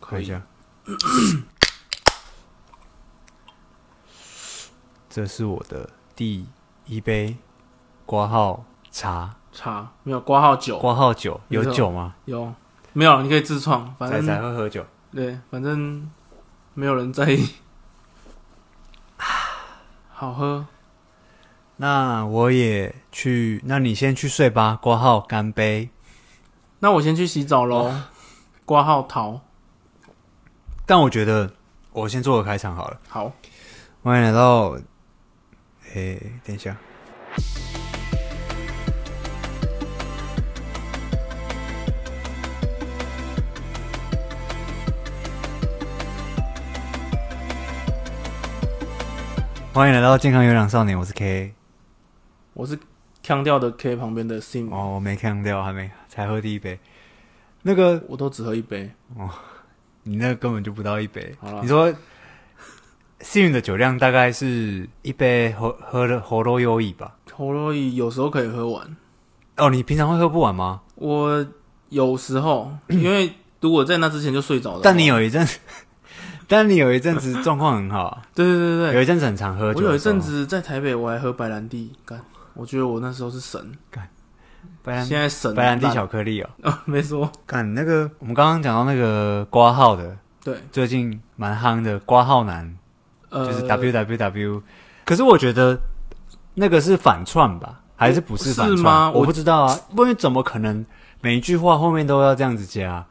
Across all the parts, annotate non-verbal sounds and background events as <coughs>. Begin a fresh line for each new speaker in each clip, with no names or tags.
看一下。 <coughs> 这是我的第一杯挂号茶，
茶没有挂号酒，
挂号酒
没
有
错
酒吗？
有没有？你可以自创，反
仔仔
正
会喝酒。
对，反正没有人在意。 <sighs> 好喝，
那我也去，那你先去睡吧。挂号干杯，
那我先去洗澡喽。挂号桃，
但我觉得我先做个开场好了。
好，
欢迎来到，诶、等一下，欢迎来到健康有氧少年，我是 K。
我是腔调的 K 旁边的 Sim，、
哦，我没看掉，还没，才喝第一杯。那个，
我都只喝一杯。
你那个根本就不到一杯
好啦。
你说，幸运的酒量大概是一杯喝喝了喉咙优异吧？
喉咙有时候可以喝完，
哦，你平常会喝不完吗？
我有时候
<clears throat>
因为如果在那之前就睡着了，
但你有一阵，但你有一阵子状况很好啊，
对对对对
有一阵子很常喝
对，
酒。
我有一阵，子在台北我还喝白兰地，干，我觉得我那时候是神，
白兰
现在神
白兰地
烂
巧克力哦。
啊， <laughs> 没错，
干那个，我们刚刚讲到那个挂号的，
对，
最近蛮夯的挂号男，
呃，
就是 WWW。可是我觉得那个是反串吧，还是不反
是
串？
吗
我
我
不知道啊，因为怎么可能每一句话后面都要这样子加？啊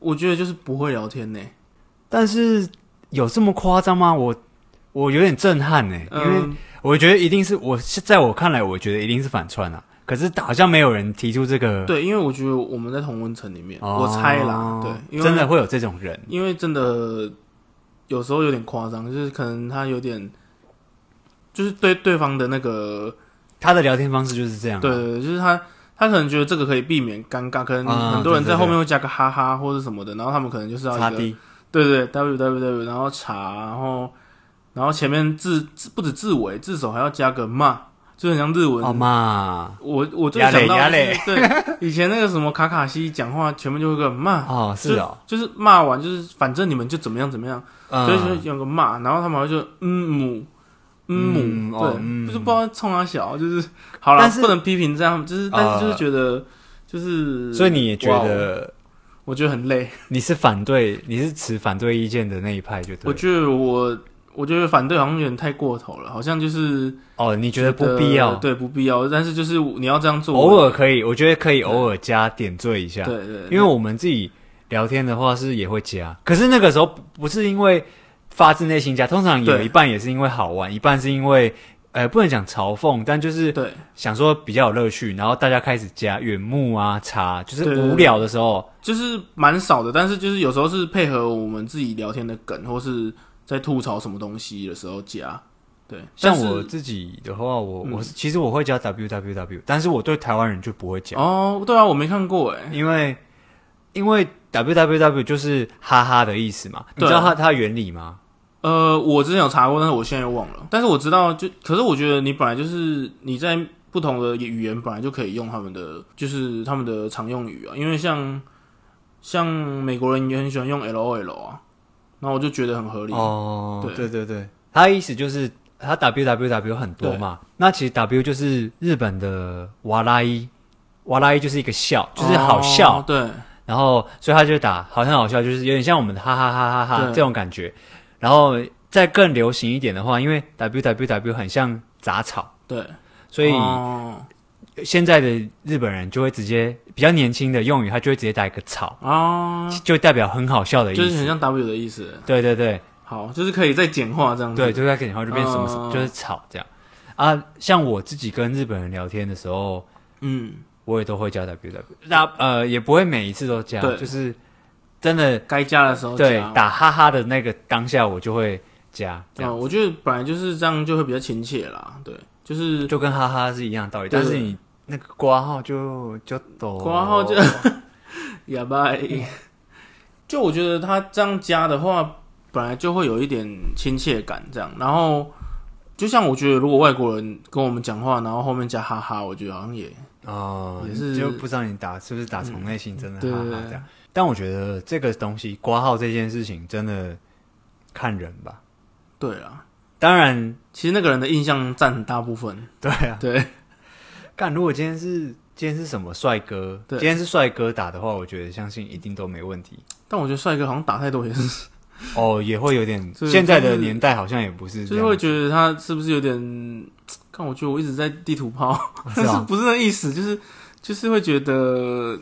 我觉得就是不会聊天呢、
但是有这么夸张吗？我我有点震撼呢、欸因为。
嗯，
我觉得一定是我是在我看来，我觉得一定是反串啊。可是好像没有人提出这个，
对，因为我觉得我们在同温层里面，
哦
我猜啦，对，因为
真的，会有这种人。
因为真的有时候有点夸张，就是可能他有点，就是对对方的那个，
他的聊天方式就是这样、
对，对对，就是他他可能觉得这个可以避免尴尬，可能
啊
很多人
对对
在
对
后面会加个哈哈或者什么的，然后他们可能就是要
擦
一个，
低，
对对对，w w w，然后查，然后然后前面字字不止字尾，字首还要加个骂，就很像日文
哦妈，
我我最
压
想
力
到
压
的
力
是对
<laughs>
以前那个什么卡卡西讲话，前面就会有个骂，
哦是哦，
就是骂完就是反正你们就怎么样怎么样，所以
嗯，
就有个骂，然后他们好像就嗯母嗯
嗯
母，
哦
对，
嗯
就是不知道冲他小，就是好了
但，是
不能批评这样，就是但是
呃
就是觉得就是，
所以你也觉
哇，哦
得
我觉得很累，
你是反对，你是持反对意见的那一派，就
我
对。
觉得我我觉得反对好像有点太过头了，好像就是
哦，你觉得不必要，
对，不必要，但是就是你要这样做，
偶尔可以，我觉得可以偶尔加点缀一下
对。对，
因为我们自己聊天的话是也会加，可是那个时候不是因为发自内心加，通常有
对
一半也是因为好玩，一半是因为呃不能讲嘲讽，但就是
对
想说比较有乐趣，然后大家开始加远目啊、茶，就是
对对对
无聊的时候，
就是蛮少的，但是就是有时候是配合我们自己聊天的梗，或是在吐槽什么东西的时候加。对，
像
但是
我自己的话，我、
嗯
我是其实我会加 W W W，但是我对台湾人就不会讲，
哦，对啊，我没看过哎，
因为因为 W W W 就是哈哈的意思嘛，你知道它它的原理吗？
呃，我之前有查过，但是我现在又忘了。但是我知道就，可是我觉得你本来就是你在不同的语言本来就可以用他们的，就是他们的常用语啊，因为像像美国人也很喜欢用 L O L 啊，然后我就觉得很合理。
哦，
对
对对对，它的意思就是它 W W W 很多嘛，那其实 W 就是日本的哇啦伊，哇啦伊就是一个笑，就是好笑，
哦对，
然后所以他就打好像好笑，就是有点像我们的哈哈哈哈哈
对
这种感觉。然后再更流行一点的话，因为 W W W 很像杂草，
对，
所以
哦，
现在的日本人就会直接比较年轻的用语，他就会直接打一个草，
哦
就代表很好笑的意
就是很
思。
像 W 的意思。欸
对对对，
好，就是可以再简化这样子。
对，就在跟你后就变什么什么，
嗯
就是吵这样啊。像我自己跟日本人聊天的时候，
嗯，
我也都会加 W W，那呃也不会每一次都加，
对
就是真的
该加的时候加
对打哈哈的那个当下，我就会加这样，
嗯，我觉得本来就是这样，就会比较亲切啦。对，就是
就跟哈哈是一样的道理。
对
但是你那个挂号就就抖，
挂号就哑巴。 <laughs> 就我觉得他这样加的话，本来就会有一点亲切感，这样。然后，就像我觉得，如果外国人跟我们讲话，然后后面加哈哈，我觉得好像也
哦，
<laughs> 也是
就不知道你打是不是打从内心真的
对
哈
对
哈
对
这样。但我觉得这个东西挂号这件事情真的看人吧。
对啦，
当然，
其实那个人的印象占很大部分。
对啊，
<laughs> 对，
干如果今天是今天是什么帅哥，
对
今天是帅哥打的话，我觉得相信一定都没问
<laughs>
题。
但我觉得帅哥好像打太多也是，
哦，也会有点，
就是
现在的
就是
年代好像也不是
就
这
是
样
会，觉得他是不是有点？看，我觉得我一直在地图炮，
是
<laughs> 但是
吧？
不是那意思，就是就是会觉得，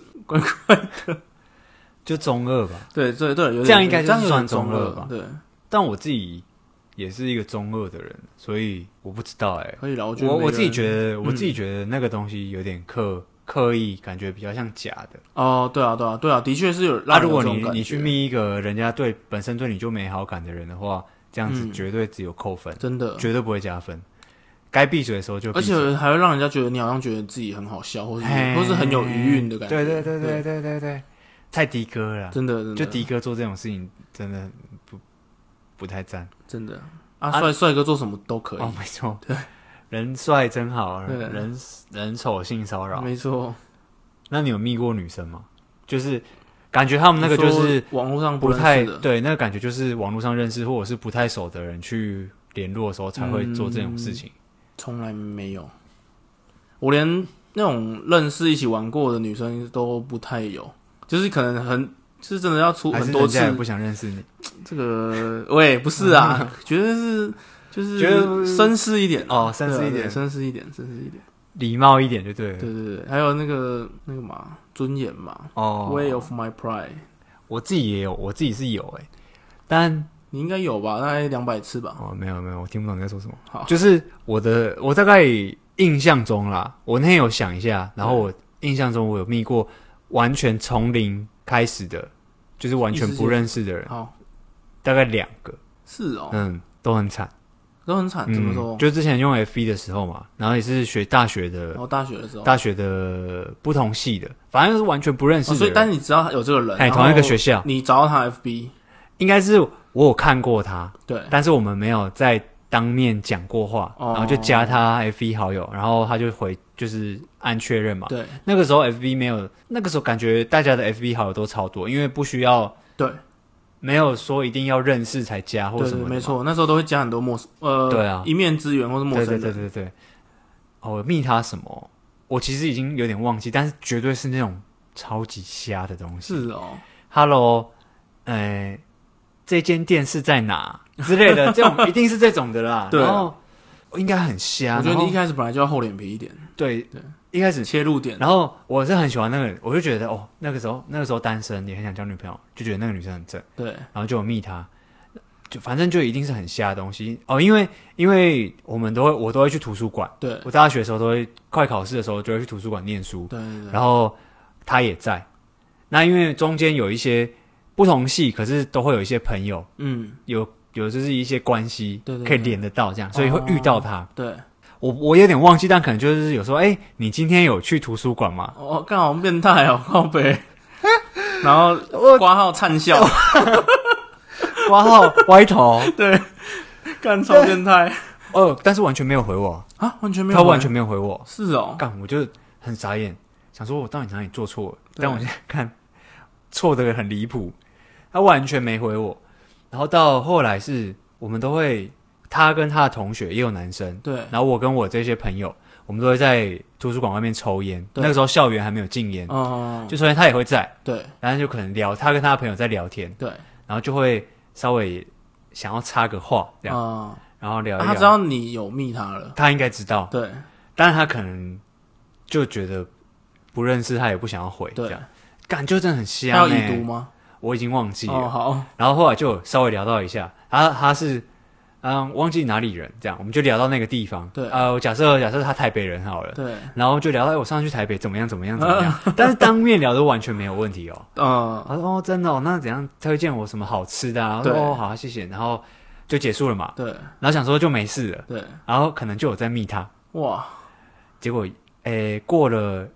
就中二吧。
对对对，有点
这样应该就是
这样有
算
点中
中
二
二吧
对，
但我自己也是一个中二的人，所以我不知道哎、
可以了。我觉得
我
每个
我自己
人嗯
觉得，我自己觉得那个东西有点刻刻意，感觉比较像假的。
哦，对啊，对啊，对啊，的确是有。
那、
让人
如果
有这种
你
感
你
觉
去密一个人家对本身对你就没好感的人的话，这样子
嗯
绝对只有扣分，
真的，
绝对不会加分。该闭嘴的时候就闭
而
嘴，
且还会让人家觉得你好像觉得自己很好笑，或是
嘿
或是很有余韵的感觉。
对对对对
对
对对对，太的哥了啦，
真的真的
就迪哥做这种事情真的不不太赞。
真的啊，帅帅哥做什么都可
哦
以，，
没
<laughs>
错，对，人帅真好，
对
人人丑性骚扰。
没错。
那你有密过女生吗？就是感觉他们那个
你
就
说
是
网络上
不
认识
太
的，
对，那个感觉就是网络上认识或者是不太熟的人去联络的时候才会做这种事情。
嗯从来没有。我连那种认识一起玩过的女生都不太有，就是可能很，就是真的要出
还是
很多
人
次
家。也不想认识你，
这个喂，不是
<laughs>
啊，觉得是就是
觉得
绅士一点
哦绅士一点
对啊绅士一点，绅士一点。
礼貌一点就对了。
对对对，还有那个那个嘛，尊严嘛、
哦
w a y of my pride，
我自己也有，我自己是有哎、但
你应该有吧？大概两百次吧。
哦没有没有，我听不懂你在说什么。
好
就是我的我大概印象中啦，我那天有想一下，然后
嗯
我印象中我有密过完全从零开始的，就是完全
一时
不
间
认识的人，
好，
大概两个，
是哦，
嗯，都很惨。
都很
嗯
惨，怎么说？
就之前用 F E 1的时候嘛，然后也是学大学的
然、后大学的时候，
大学的不同系的，反正是完全不认识
哦
的
所以
人
但你知道有这个人，
哎、
然后
同一个学校，
你找到他 FB，
应该是我有看过他，
对，
但是我们没有在当面讲过话，
哦
然后就加他 F 1好友，然后他就回就是按确认嘛。
对
那个时候 F 1没有，那个时候感觉大家的 F 1好友都超多，因为不需要
对
没有说一定要认识才加或
对
什
对，
么的嘛
没错，那时候都会加很多陌生，呃，
对啊
一面之缘或是陌生
对
人，
对对对对。哦，我密他什么？我其实已经有点忘记，但是绝对是那种超级瞎的东西。
是哦，
Hello，呃，这间店是在哪之类的，这
<laughs>
种一定是这种的啦。
对
然后应该很瞎。
我觉
啊
得
然后
你一开始本来就要厚脸皮一点，
对
对
一开始，
切入点，
然后我是很喜欢那个人，我就觉得哦，那个时候那个时候单身，也很想交女朋友，就觉得那个女生很正。
对
然后就有密他，就反正就一定是很瞎的东西哦，因为因为我们都会我都会去图书馆，
对
我大学的时候都会快考试的时候就会去图书馆念书，
对对对，
然后他也在，那因为中间有一些不同系，可是都会有一些朋友
嗯，
有。有就是一些关系
对对哦对
可以连得到这样，所以会遇到他。
对，
我我有点忘记，但可能就是有时候，哎、你今天有去图书馆吗？ <laughs>
哦，干好变态哦， <laughs> 靠北，然后
我
挂号灿笑。
挂号歪头，
对，干超变态
哦，但是完全没有回我，
啊，完全没有
他
玩，
完全没有回我。
是哦，
干，我就很傻眼，想说我到底哪里做错了？
对
但我现在看错的很离谱，他完全没回我。然后到后来是我们都会，他跟他的同学也有男生，
对
然后我跟我这些朋友，我们都会在图书馆外面抽烟。
对
那个时候校园还没有禁烟，
哦，
就抽烟他也会在，
对
然后就可能聊他跟他的朋友在聊天，
对
然后就会稍微想要插个话这样，
啊，
然后聊一
他知
聊。
道你有密他了，
他应该知道，
对
但是他可能就觉得不认识他也不想要回，这
对
样。感就真的很香、
他有已
欸
读。吗？
我已经忘记了，
哦，好，
然后后来就稍微聊到一下，他他是嗯忘记哪里人，这样我们就聊到那个地方。
对
呃，我假设假设他台北人好了，
对，
然后就聊到哎我上次去台北怎么样怎么样怎么
<laughs>
样，但是当面聊都完全没有问题哦。
嗯，
他说哦真的哦，那怎样推荐我什么好吃的啊？我说
对
哦好啊谢谢，然后就结束了嘛。
对
然后想说就没事了，
对，
然后可能就有在密他，
哇，
结果诶过了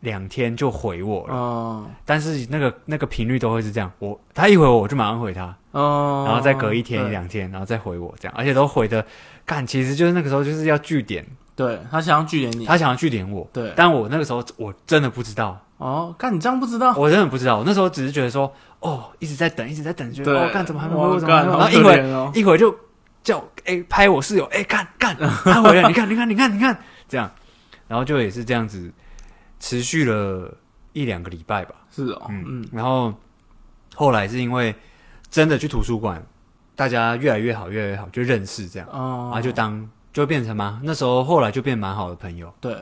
两天就回我了。
嗯
但是那个那个频率都会是这样，我他一回我，我就马上回他，
嗯，
然后再隔一天
对
一，两天，然后再回我这样，而且都回的干，其实就是那个时候就是要据点，
对他想要据点你，
他想要据点我，
对，
但我那个时候我真的不知道，
哦，干你这样不知道，
我真的不知道，我那时候只是觉得说，哦，一直在等，一直在等，觉得
对
哦，干怎么还没
哦
回，我怎么还没回，
干好
然后一
可
会
怜哦
一会就叫哎、拍我室友，哎、干干，他回
<laughs>
来，你看你看你看你看，这样，然后就也是这样子持续了一两个礼拜吧，
是哦，嗯，
然后后来是因为真的去图书馆，大家越来越好，越来越好，就认识这样，然
哦
后，就当就变成蛮那时候后来就变蛮好的朋友，
对，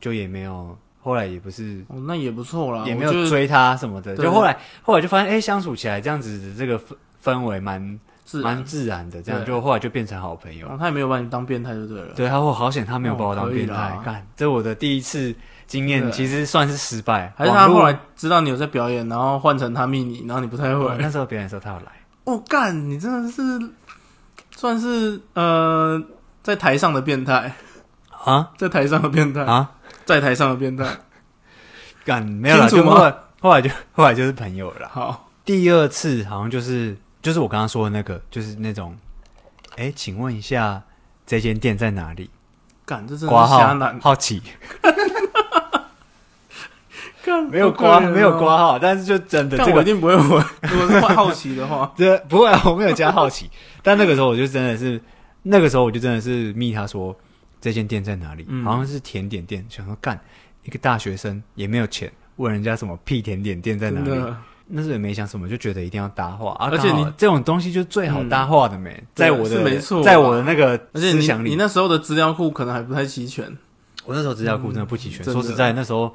就也没有后来也不是
哦，那也不错啦，
也没
我觉
有
得
追他什么的，
对
就后来后来就发现，哎、相处起来这样子的这个氛氛围蛮
自然
蛮自然的，这样
对
就后来就变成好朋友
然。后他也没有把你当变态就对了，
对，他我好险，他没有把我
哦
当
可以
变态
啦。
干、这我的第一次经
真
验，
的
其实算是失败。
还是他
网络
后来知道你有在表演，然后换成他密你，然后你不太
哦
会，
那时候表演的时候他有来，
哦，干，你真的是算是呃，在台上的变态，
啊
在台上的变态，
啊，
在台上的变态，
干没有了，
清
就
楚吗
后来后来就后来就是朋友了啦。
好，
第二次好像就是就是我刚刚说的那个，就是那种，哎、请问一下这间店在哪里？
干，这真的
挂
是
号
瞎难，
好
<laughs>
奇。
干，
没有
好可
<laughs> 挂，
怜哦
没有，挂号，但是就真的
但
这
我
个
一定不会回， <laughs> 如果是换好奇的话，
这不会啊，我没有加好奇。 <laughs> 但那个时候我就真的是，那个时候我就真的是密他说这间店在哪里，
嗯
好像是甜点店，想说干一个大学生也没有钱，问人家什么屁甜点 <laughs> 店在哪
真
里，
的。
那时候也没想什么，就觉得一定要搭话啊。
而且
刚好
你嗯啊
这种东西就最好搭话的没，在我的
是没错
在我的那个
而且
思
你
想
你
里，
那时候的资料库可能还不太齐全，
我那时候资料库真的不齐全。
嗯真的
说实在，那时候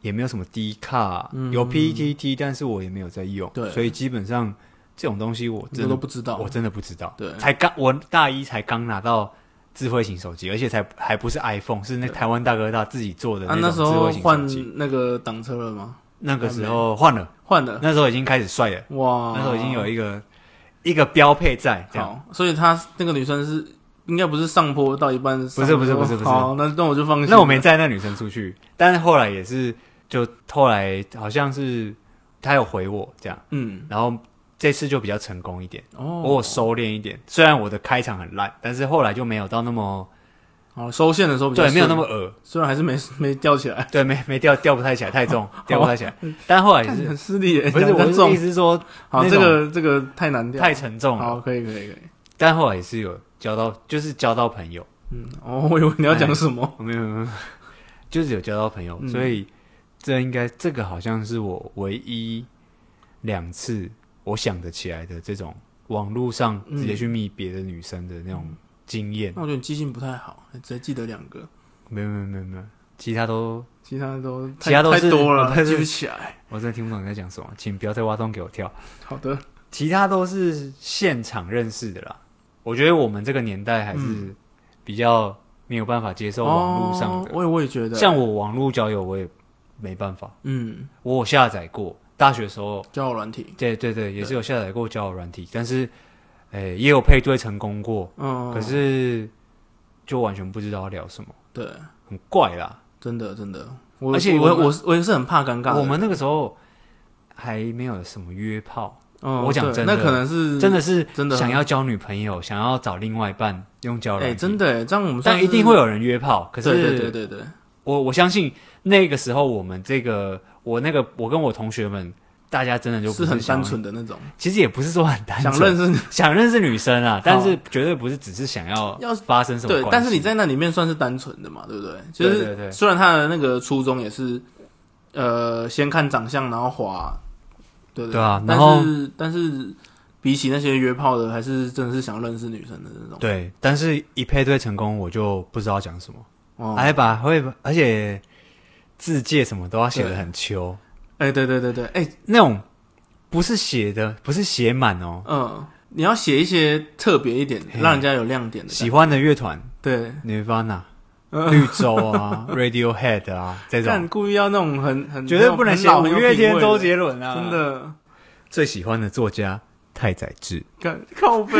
也没有什么低卡，
嗯
有 PTT，但是我也没有在用，
对
所以基本上这种东西我
我
真
都
的
不知道
我。真的不知道。
对
才刚我大一才刚拿到智慧型手机，而且才还不是 iPhone，是那台湾大哥大自己做的
啊，
种
那时
智
候
慧型手
换
机。
那个挡车了吗？
那个时候换了，
换了，
那时候已经开始帅了，
哇！
那时候已经有一个一个标配在，这样
好，所以她那个女生是应该不是上坡到一半上坡，
不是不是不是不是
好，那那我就放心了。
那我没载那女生出去，但是后来也是，就后来好像是她有回我这样，
嗯
然后这次就比较成功一点，我
哦，
有收敛一点。虽然我的开场很烂，但是后来就没有到那么
好收线的时候比较
对，没有那
么，
么恶，
虽然还是没没吊起来，
对，没没掉掉不太起来，太
<laughs>
重，掉不太起来。但后来也
哦看
是
很失 <laughs> 礼耶，
不是
讲
我
得
的意
重？
思是说
好，
那
这个这个太难掉，
太沉重了，
好，可以可以可以，
但后来也是有交到，就是交到朋友，
嗯，哦，我以为你要
哎
讲什么？
没有没有，没有 <laughs> 就是有交到朋友，
嗯
所以这应该这个好像是我唯一两次我想得起来的这种网络上直接去密别的女生的那种经验。
那我觉得你记性不太好，只记得两个，
没有没有没有没有，其他都
其他都太
其他都
太
是哦
多了，
但是
记不起来。
我真的听不懂你在讲什么，请不要再挖洞给我跳。
好的，
其他都是现场认识的啦。我觉得我们这个年代还是比较没有办法接受网络上
嗯哦
的，
我也我也觉得，
像我网络交友我也没办法，
嗯，
我有下载过，大学时候，
交友软体，
对对对，也是有下载过交友软体，但是，诶、也有配对成功过，
嗯，
可是就完全不知道要聊什么，
对，
很怪啦。
真的真的，我
而且
我
我们
我是我也是很怕尴尬的。
我们那个时候还没有什么约炮，
嗯，
我讲
对
真的
那可能是
真的是
真的
想要交女朋友，想要找另外一半用交友
哎，
软体，
真的哎，这样我们算
但
是
一定会有人约炮。可
对
是
对对对对，
我我相信那个时候我们这个我那个我跟我同学们，大家真的就不
是很
想
单，纯的那种，
其实也不是说 <laughs> 很单纯，
想认识你
想认识女生啊，但是绝对不是只是想要
要
发生什么
对
关系。，
但是你在那里面算是单纯的嘛，对不对？就
对对对
是虽然他的那个初衷也是，呃，先看长相然后滑，对
对啊然后
但是但是比起那些约炮的，还是真的是想认识女生的那种。
对，但是一配对成功，我就不知道讲什么，
哦，
还把会而且字界什么都要写的很秋，
哎，对对对对，哎，
那种不是写的不是写满哦，
嗯，你要写一些特别一点，
嘿
让人家有亮点的感
喜
觉。
欢的乐团
对，
Nirvana、绿
呃
洲啊、Radiohead 啊这种
但，故意要那种很很
绝对不能写
老
五月天、周，杰伦啊！
真，的
最喜欢的作家太宰治，
干
<laughs>
靠背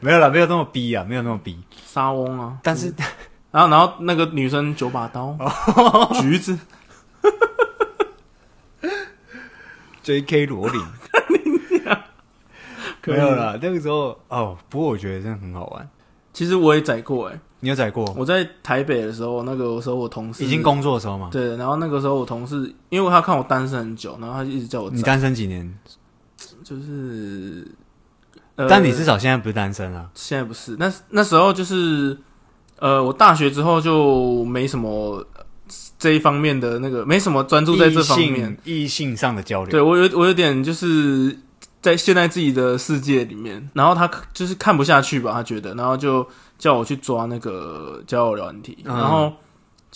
没有啦，没有那么逼啊，没有那么逼。
沙翁啊。
但是
然后然后那个女生九把刀，
哦 <laughs>
橘子，
J.K. 罗琳没有啦，那个时候哦，不过我觉得真的很好玩。
其实我也载过哎、
你有载过？
我在台北的时候，那个时候我同事
已经工作的时候吗？
对，然后那个时候我同事，因为他看我单身很久，然后他就一直叫我
你
载，
单身几年？
就是，呃、
但你至少现在不是单身啊。
现在不是，那那时候就是，呃，我大学之后就没什么呃这一方面的那个，没什么专注在这方面。
异性异性上的交流，
对我有我有点就是在现在自己的世界里面，然后他就是看不下去吧，他觉得，然后就叫我去抓那个交友软体，
嗯
然后。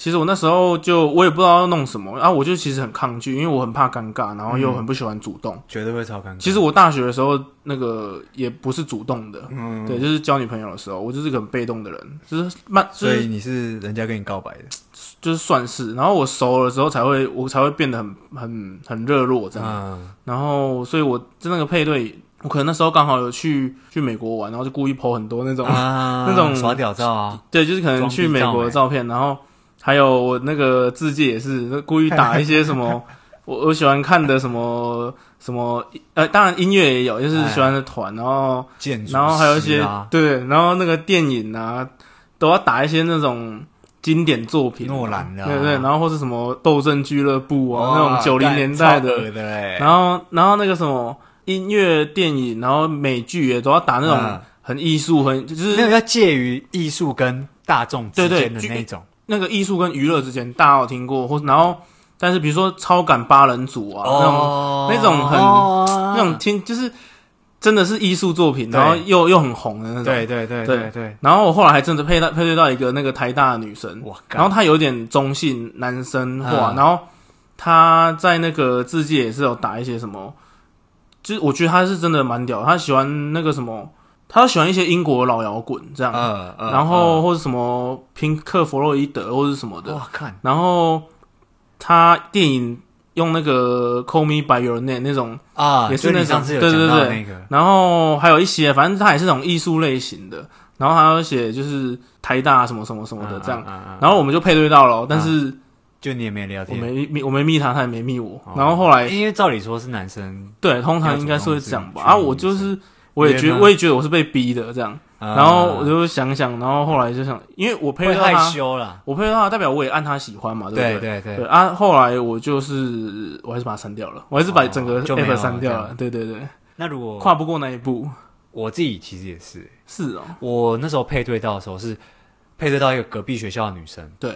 其实我那时候就我也不知道要弄什么啊，我就其实很抗拒，因为我很怕尴尬，然后
嗯
又很不喜欢主动。
绝对会超尴尬。
其实我大学的时候那个也不是主动的，
嗯，
对，就是交女朋友的时候，我就是个很被动的人，就是慢，就
所以
是
你是人家跟你告白的，
就是算是。然后我熟了之后才会，我才会变得很很很热络这样。
嗯，
然后，所以我在那个配对，我可能那时候刚好有去去美国玩，然后就故意 po 很多那
<laughs>
种，
啊
那种
耍屌照啊，
对，就是可能去美国的照片，然后还有我那个字界也是那故意打一些什么 <laughs> 我我喜欢看的什么什么，呃，当然音乐也有，就是喜欢的团，然后。
哎建筑、
然后还有一些、
啊、
对，然后那个电影啊，都要打一些那种经典作品啊，
诺兰的啊
对对，然后或是什么《斗阵俱乐部》啊，那
哇
种九零
干
年代
超
的，
恶的欸，
然后然后那个什么音乐、电影，然后美剧也都要打那种
嗯
很艺术、很就
那
是
个要介于艺术跟大众之间的
对对
那种
那个艺术跟娱乐之间，大家有听过，或然后但是比如说超感八人组啊，那种那种很
哦
那种听就是真的是艺术作品，
对
然后又又很红的那种，
对对对对对，
然后我后来还真的配到配对到一个那个台大的女生，
我
然
靠，
后她有点中性男生化，
嗯
然后她在那个字界也是有打一些什么，就是我觉得她是真的蛮屌的，她喜欢那个什么，她喜欢一些英国老摇滚这样，
嗯嗯
然后或者什么平克·弗洛伊德或者什么
嗯
的，
哇看
然后她电影用那个《Call Me by Your Name》那种，
啊，
也是
就
那
你
种
上次有
对
讲
对
到
对
那个，
然后还有一些，反正她也是那种艺术类型的，然后还有写就是台大什么什么什么的这样。
样
然后我们就配对到了，但是
就你也没聊
我
天，
没密我没密他，他也没密我
哦。
然后后来
因为照理说是男生，
对，通常应该是会这样吧。
要
啊，
主动去去
我就是我也觉
约吗
我也觉得我是被逼的这样。然
然
后我就想想，然后后来就想，因为我配
会
对到
害
他，
羞啦，
我配对到他代表我也按他喜欢嘛，
对
不
对
对？
对
对，啊，后来我就是我还是把它删掉了，我还是把整
哦
个
就没有
app
了
删掉
这
了。
样哦
对对对，
那如果
跨不过那一步。
我自己其实也是，
是哦，
我那时候配对到的时候是配对到一个隔壁学校的女生，
对，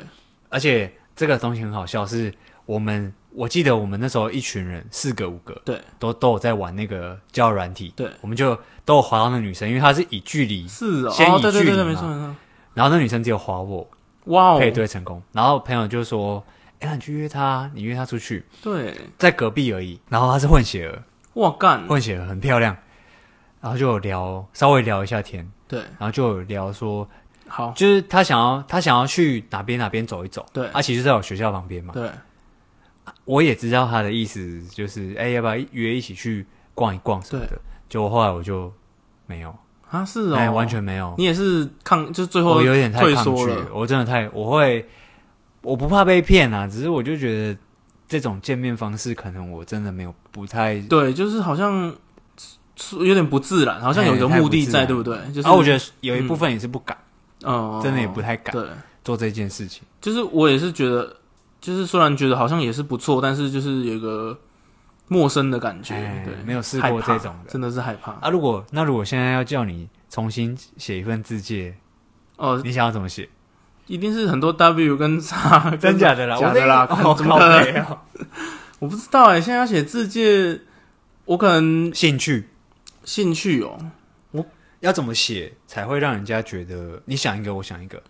而且这个东西很好笑，是我们我记得我们那时候一群人四个五个，
对，
都都有在玩那个交友软体，
对，
我们就都有滑到那女生，因为她是以距离，
是哦，
先
哦
以
对对
距
对对，
离
没
嘛
错没错。
然后那女生只有滑我，
哇哦，
配对成功，然后朋友就说。哎、那你去约她，你约她出去，
对，
在隔壁而已。然后她是混血儿，
哇干，
混血儿很漂亮，然后就有聊，稍微聊一下天，
对，
然后就有聊说，
好，
就是他想要他想要去哪边哪边走一走，
对
啊，其实在我学校旁边嘛，
对，
我也知道他的意思就是，哎、要不要约一起去逛一逛什么的？结果后来我就没有，
啊是
哎、
哦，
完全没有，
你也是抗，就是最后
我有点太
退
抗
缩
拒
了。
我真的太我会，我不怕被骗啊，只是我就觉得这种见面方式可能我真的没有不太，
对，就是好像是有点不自然，好像有一个目的在，
哎太
对不
不
对？就是，
啊，我觉得有一部分也是不敢，
得，嗯，
真的也不太敢
对，
做这件事情，
就是我也是觉得，就是虽然觉得好像也是不错，但是就是有一个陌生的感觉，
哎
对，
没有试
害
过
怕
这种的
真的是害怕。
啊。如果那如果现在要叫你重新写一份自介，
哦，
你想要怎么
<laughs>
写？
一定是很多 W
<laughs>
跟叉，
真假的啦，
假
我那
的啦，
哦
看 <laughs> 怎么可
靠北
能？
哦
我不知道哎，现在要写字界，我可能
<laughs> 兴趣
兴趣哦，
要怎么写才会让人家觉得你想一个，我想一个。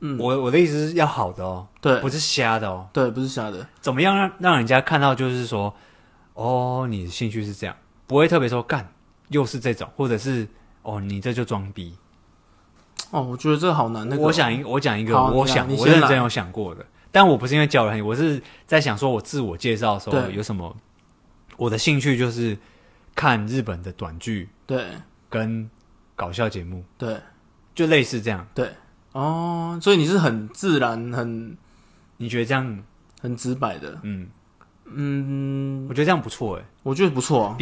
嗯
我我的意思是要好的哦，
对
不是瞎的哦。
对，不是瞎的，
怎么样让让人家看到就是说，哦，你的兴趣是这样，不会特别说干又是这种，或者是哦你这就装逼。
哦，我觉得这好难。那个
我想一我讲一个，
好
我
你来
想
你
我
先
认
来
真有想过的，但我不是因为教人，我是在想说我自我介绍的时候
对
有什么，我的兴趣就是看日本的短剧
对
跟搞笑节目，
对
就类似这样。
哦，所以你是很自然、很
你觉得这样，
很直白的，
嗯，
嗯，
我觉得这样不错哎，
我觉得不错啊。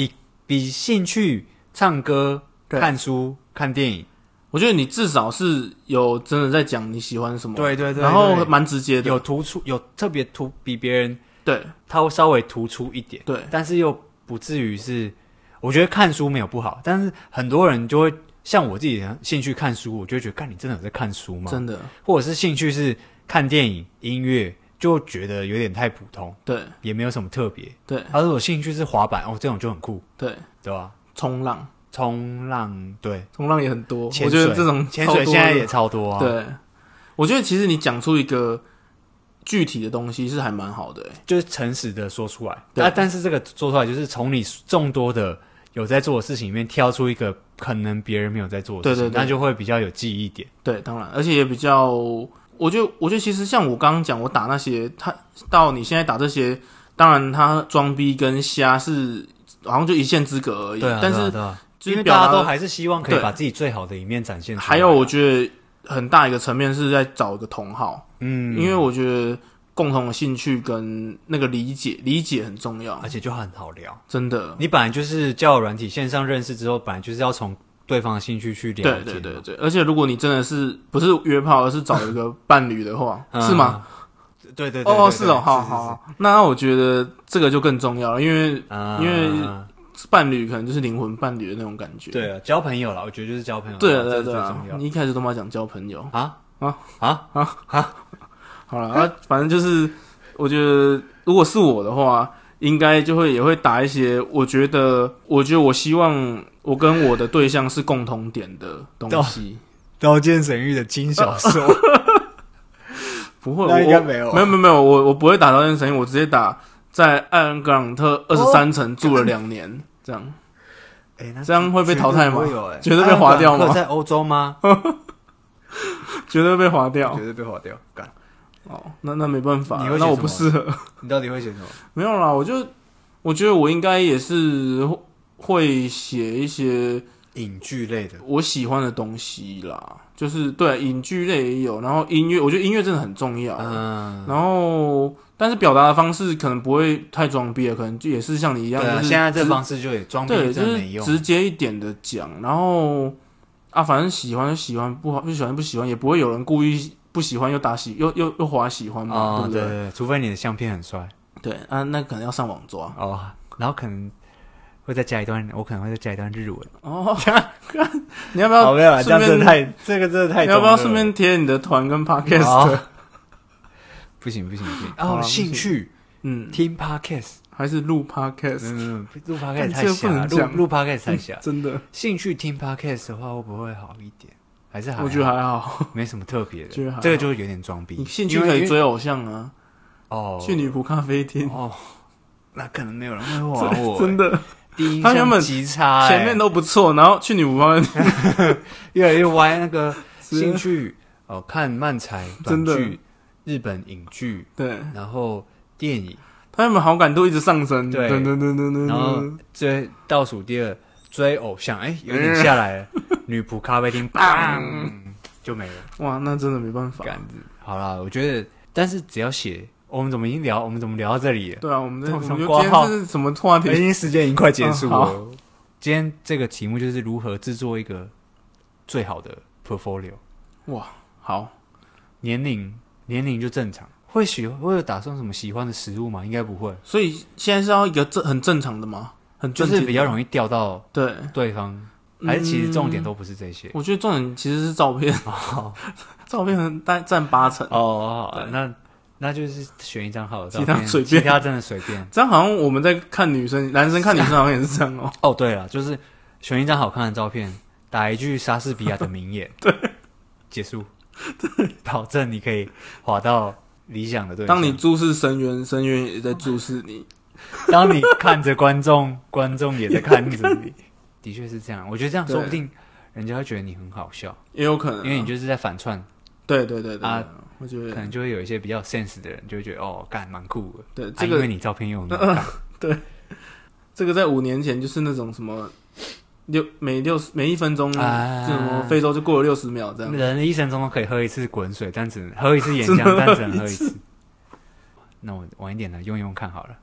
比兴趣、唱歌、
对
看书、看电影
我觉得你至少是有真的在讲你喜欢什么，
对对对
然后
对
蛮直接的，
有突出，有特别突，比别人
对
他会稍微突出一点，
对，
但是又不至于是。我觉得看书没有不好，但是很多人就会像我自己的兴趣看书，我就会觉得，干你真的有在看书吗？
真的
或者是兴趣是看电影、音乐，就觉得有点太普通，
对
也没有什么特别。
对
他说我兴趣是滑板，哦，这种就很酷，
对，
对吧、
冲浪
冲浪，对，
冲浪也很多，我
潜
觉得这种
潜
超
水
多
现在
的
也超多啊。，
对，我觉得其实你讲出一个具体的东西是还蛮好的、欸，
就是诚实的说出来。
对
但、但是这个说出来，就是从你众多的有在做的事情里面挑出一个可能别人没有在做的事情，
对对对
那就会比较有记忆点。
对，当然，而且也比较，我觉得，我觉得其实像我刚刚讲，我打那些，他到你现在打这些，当然他装逼跟瞎是好像就一线之隔而已，
对啊，
但
对啊
是
对啊
就
因
是
为
表
大家都
达，
还是希望可以
对
把自己最好的一面展现出来。
还有我觉得很大一个层面是在找一个同好，
嗯，
因为我觉得共同的兴趣跟那个理解，理解很重要
而，且就很好聊。
真的，
你本来就是交友软体线上认识之后，本来就是要从对方的兴趣去了解
对
嘛。
对对对，而且如果你真的是不是约炮，而是找
<laughs>
一个伴侣的话，
嗯
是吗？？
对对对
哦，
对
是
对
哦，好
是
好，好那我觉得这个就更重要了，因为
啊，
因为伴侣可能就是灵魂伴侣的那种感觉。
对啊，交朋友了，我觉得就是交朋友，
对啊
这
对
是
啊
最
对啊
重要，的
你一开始都嘛讲交朋友，
啊
啊
啊！
好了，啊，反正就是我觉得如果是我的话，应该就会也会打一些，我觉得我觉得我希望我跟我的对象是共同点的东西。
刀剑神域的金小兽，
不会，
那
<laughs> 我
应该没有啊
我没有没有没有，我我不会打到那声音，我直接打在艾恩格朗特二十三层住了两年，这样
哎，那
这样会被淘汰
绝
吗
对不会有哎
绝对被划掉吗
艾尔朗克在欧洲吗？
绝对被划
<laughs>
掉。
对被划掉。干，
哦，那那没办法
你会，
那
写什
我不
么啊
适合。 <laughs>
你到底会写什么？
没有啦，我就我觉得我应该也是会写一些
影剧类的，
我喜欢的东西啦，就是对影剧类也有，然后音乐，我觉得音乐真的很重要。
嗯，
然后，但是表达的方式可能不会太装逼了，啊可能就也是像你一
对
样，
啊，
就是
现在这
直
方式就也装逼
对，就
真的没
是
用，
直接一点的讲，然后啊，反正喜欢就喜欢，不好不喜欢就不喜欢，也不会有人故意不喜欢又打喜又又又划喜欢嘛，
啊，
对不
对对，对除非你的相片很帅
对啊，那可能要上网抓
哦，然后可能会再加一段，我可能会再加一段日文。
哦。 <laughs> 你要不要
哦，没有啦，这样
顺便
真的太这个真的太
你要
中
不要
二
顺
了
便贴你的团跟 podcast？、
哦 <laughs> 不行不行不行！
好啦
哦，
不行
兴趣
嗯，
听 podcast，
还是录 podcast？、
嗯，录
干
podcast
这
太
个
小了，
不能
录
讲
录 podcast 太小。
真的，
兴趣听 podcast 的话，会不会好一点？还是还好
我觉得还好。
没什么特别
觉得
的
还好，
这个就是有点装逼
你。兴趣
因为
可以
因为
追偶像啊，
哦，
去女仆咖啡厅，
哦，那可能没有人会玩我。欸
真的
第一印
他原
象
本
极差，欸
前面
都
都不错，然后去女仆咖啡厅，
越来越歪。那 <laughs> 个
是
兴趣哦，看漫才、短
真的
剧、日本影剧，
对
然后电影，
他原本好感度一直上升，
对
噔噔噔噔噔
然后
噔，
追倒数第二追偶像，哎、有点下来 <laughs> 了。女仆咖啡厅，砰就没了。
哇，那真的没办法。
杆子，好啦，我觉得，但是只要写，我们怎么已经聊，我们怎么聊到这里了？
对啊，我们这
这
我
种
们
什么
就今
挂
天
号
这是什么
<laughs>
话
已
题？
经时间已经快结束 <laughs>
嗯
了。
好
今天这个题目就是如何制作一个最好的 portfolio，
好，
年龄年龄就正常。会喜会有打算什么喜欢的食物吗？应该不会，
所以现在是要一个正很正常的吗？很
就
正
是嗯
经
比较
的
容易钓到
对。
对方，还是其实重点都不是这些。
我觉得重点其实是照片，哦 <laughs> 照片很占占八成。
哦，好
对
那那就是选一张好的照
其
片，
他随便
其他真的随便。
这样好像我们在看女生，男生看女生好像也是这样哦、
哦，对了，就是选一张好看的照片，打一句莎士比亚的名言，对，结束，保证你可以滑到理想的对象。
当你注视深渊，深渊也在注视你。
<laughs> 当你看着观众，观众也在看着
<laughs>
你，的确是这样。我觉得这样
对
说不定人家会觉得你很好笑，
也有可能啊、
因为你就是在反串，
对对对对
啊
我觉
可
得
能就会有一些比较有 sense 的人就会觉得哦，干蛮酷的。
对
啊
这
因
个、
为你照片
<laughs>
又很好看，
这个在五年前就是那种什么六每六十每一分钟，
啊
什么非洲就过了六十秒这样。
人的一生中都可以喝一次滚水，但只能喝一次岩浆
<laughs> 只能，
但只能
喝
喝
一
一次。 <laughs> 那我晚一点来用用看好了，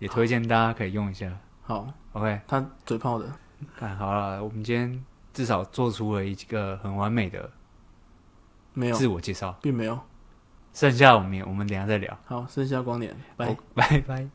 也推荐大家可以用一下。
好，
OK，
他嘴炮的，
看好了，我们今天至少做出了一个很完美的
没有，
自我介绍。
并没有。
剩下我们也我们等一下再聊。哦
好，剩下光年，拜。
我拜拜。